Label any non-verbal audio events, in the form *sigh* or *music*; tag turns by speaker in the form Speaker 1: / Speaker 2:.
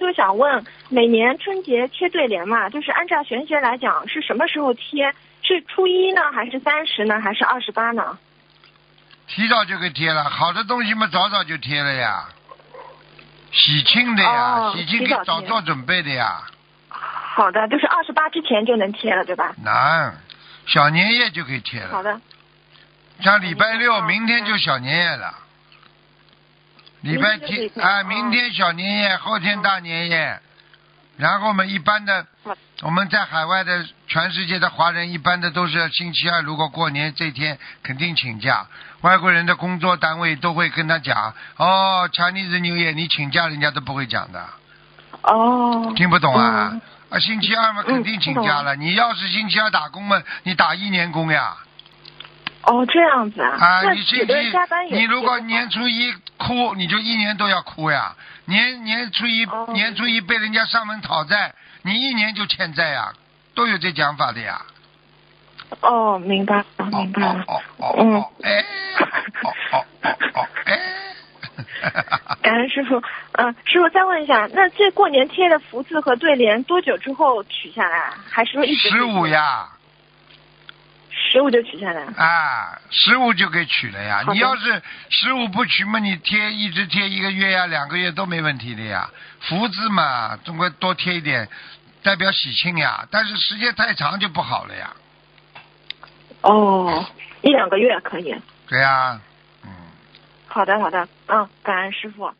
Speaker 1: 就想问，每年春节贴对联嘛，就是按照玄学来讲，是什么时候贴？是初一呢，还是三十呢，还是二十八呢？
Speaker 2: 提早就给贴了，好的东西嘛，早早就贴了呀。喜庆的呀，
Speaker 1: 哦
Speaker 2: 喜庆
Speaker 1: 提
Speaker 2: 给
Speaker 1: 早
Speaker 2: 早
Speaker 1: 贴
Speaker 2: 做准备的呀。
Speaker 1: 好的，就是二十八之前就能贴了，对吧？
Speaker 2: 难，小年夜就可以贴
Speaker 1: 好
Speaker 2: 了。
Speaker 1: 的，
Speaker 2: 像礼拜六，
Speaker 1: 嗯
Speaker 2: 明天就小年夜了。礼拜
Speaker 1: 明天
Speaker 2: 天
Speaker 1: 就可以
Speaker 2: 啊，
Speaker 1: 哦
Speaker 2: 明天小年夜，后天大年夜。然后我们一般的
Speaker 1: 好的，
Speaker 2: 我们在海外的全世界的华人，一般的都是星期二，如果过年这天肯定请假。外国人的工作单位都会跟他讲，哦，Chinese New Year，你请假人家都不会讲的。
Speaker 1: 哦，
Speaker 2: 听不懂啊？
Speaker 1: 嗯啊
Speaker 2: 啊，星期二嘛，肯定请假了。你要是星期二打工嘛，你打一年工呀。
Speaker 1: 哦，这样子啊。
Speaker 2: 啊，
Speaker 1: 那
Speaker 2: 你星
Speaker 1: 有
Speaker 2: 期
Speaker 1: 的人加班也
Speaker 2: 你如果
Speaker 1: 也不
Speaker 2: 年初一哭，你就一年都要哭呀。年年初一、
Speaker 1: 哦
Speaker 2: 年初一被人家上门讨债，你一年就欠债呀，都有这讲法的呀。
Speaker 1: 哦，明白了，
Speaker 2: 哦
Speaker 1: 明白嗯
Speaker 2: 哦
Speaker 1: 了。
Speaker 2: 哦哦哦，哎，哦哦哦哦
Speaker 1: *laughs*
Speaker 2: 哎。
Speaker 1: 感恩师傅，嗯、师傅再问一下，那这过年贴的福字和对联多久之后取下来啊？还是说一直
Speaker 2: 十五？呀。
Speaker 1: 十五就取下来啊？
Speaker 2: 啊，十五就给取了呀
Speaker 1: 好。的
Speaker 2: 你要是十五不取嘛，你贴一直贴一个月呀、两个月都没问题的呀。福字嘛，总归多贴一点，代表喜庆呀。但是时间太长就不好了呀。
Speaker 1: 哦，一两个月可以。
Speaker 2: 对呀、嗯，
Speaker 1: 好的，好的，嗯，感恩师傅。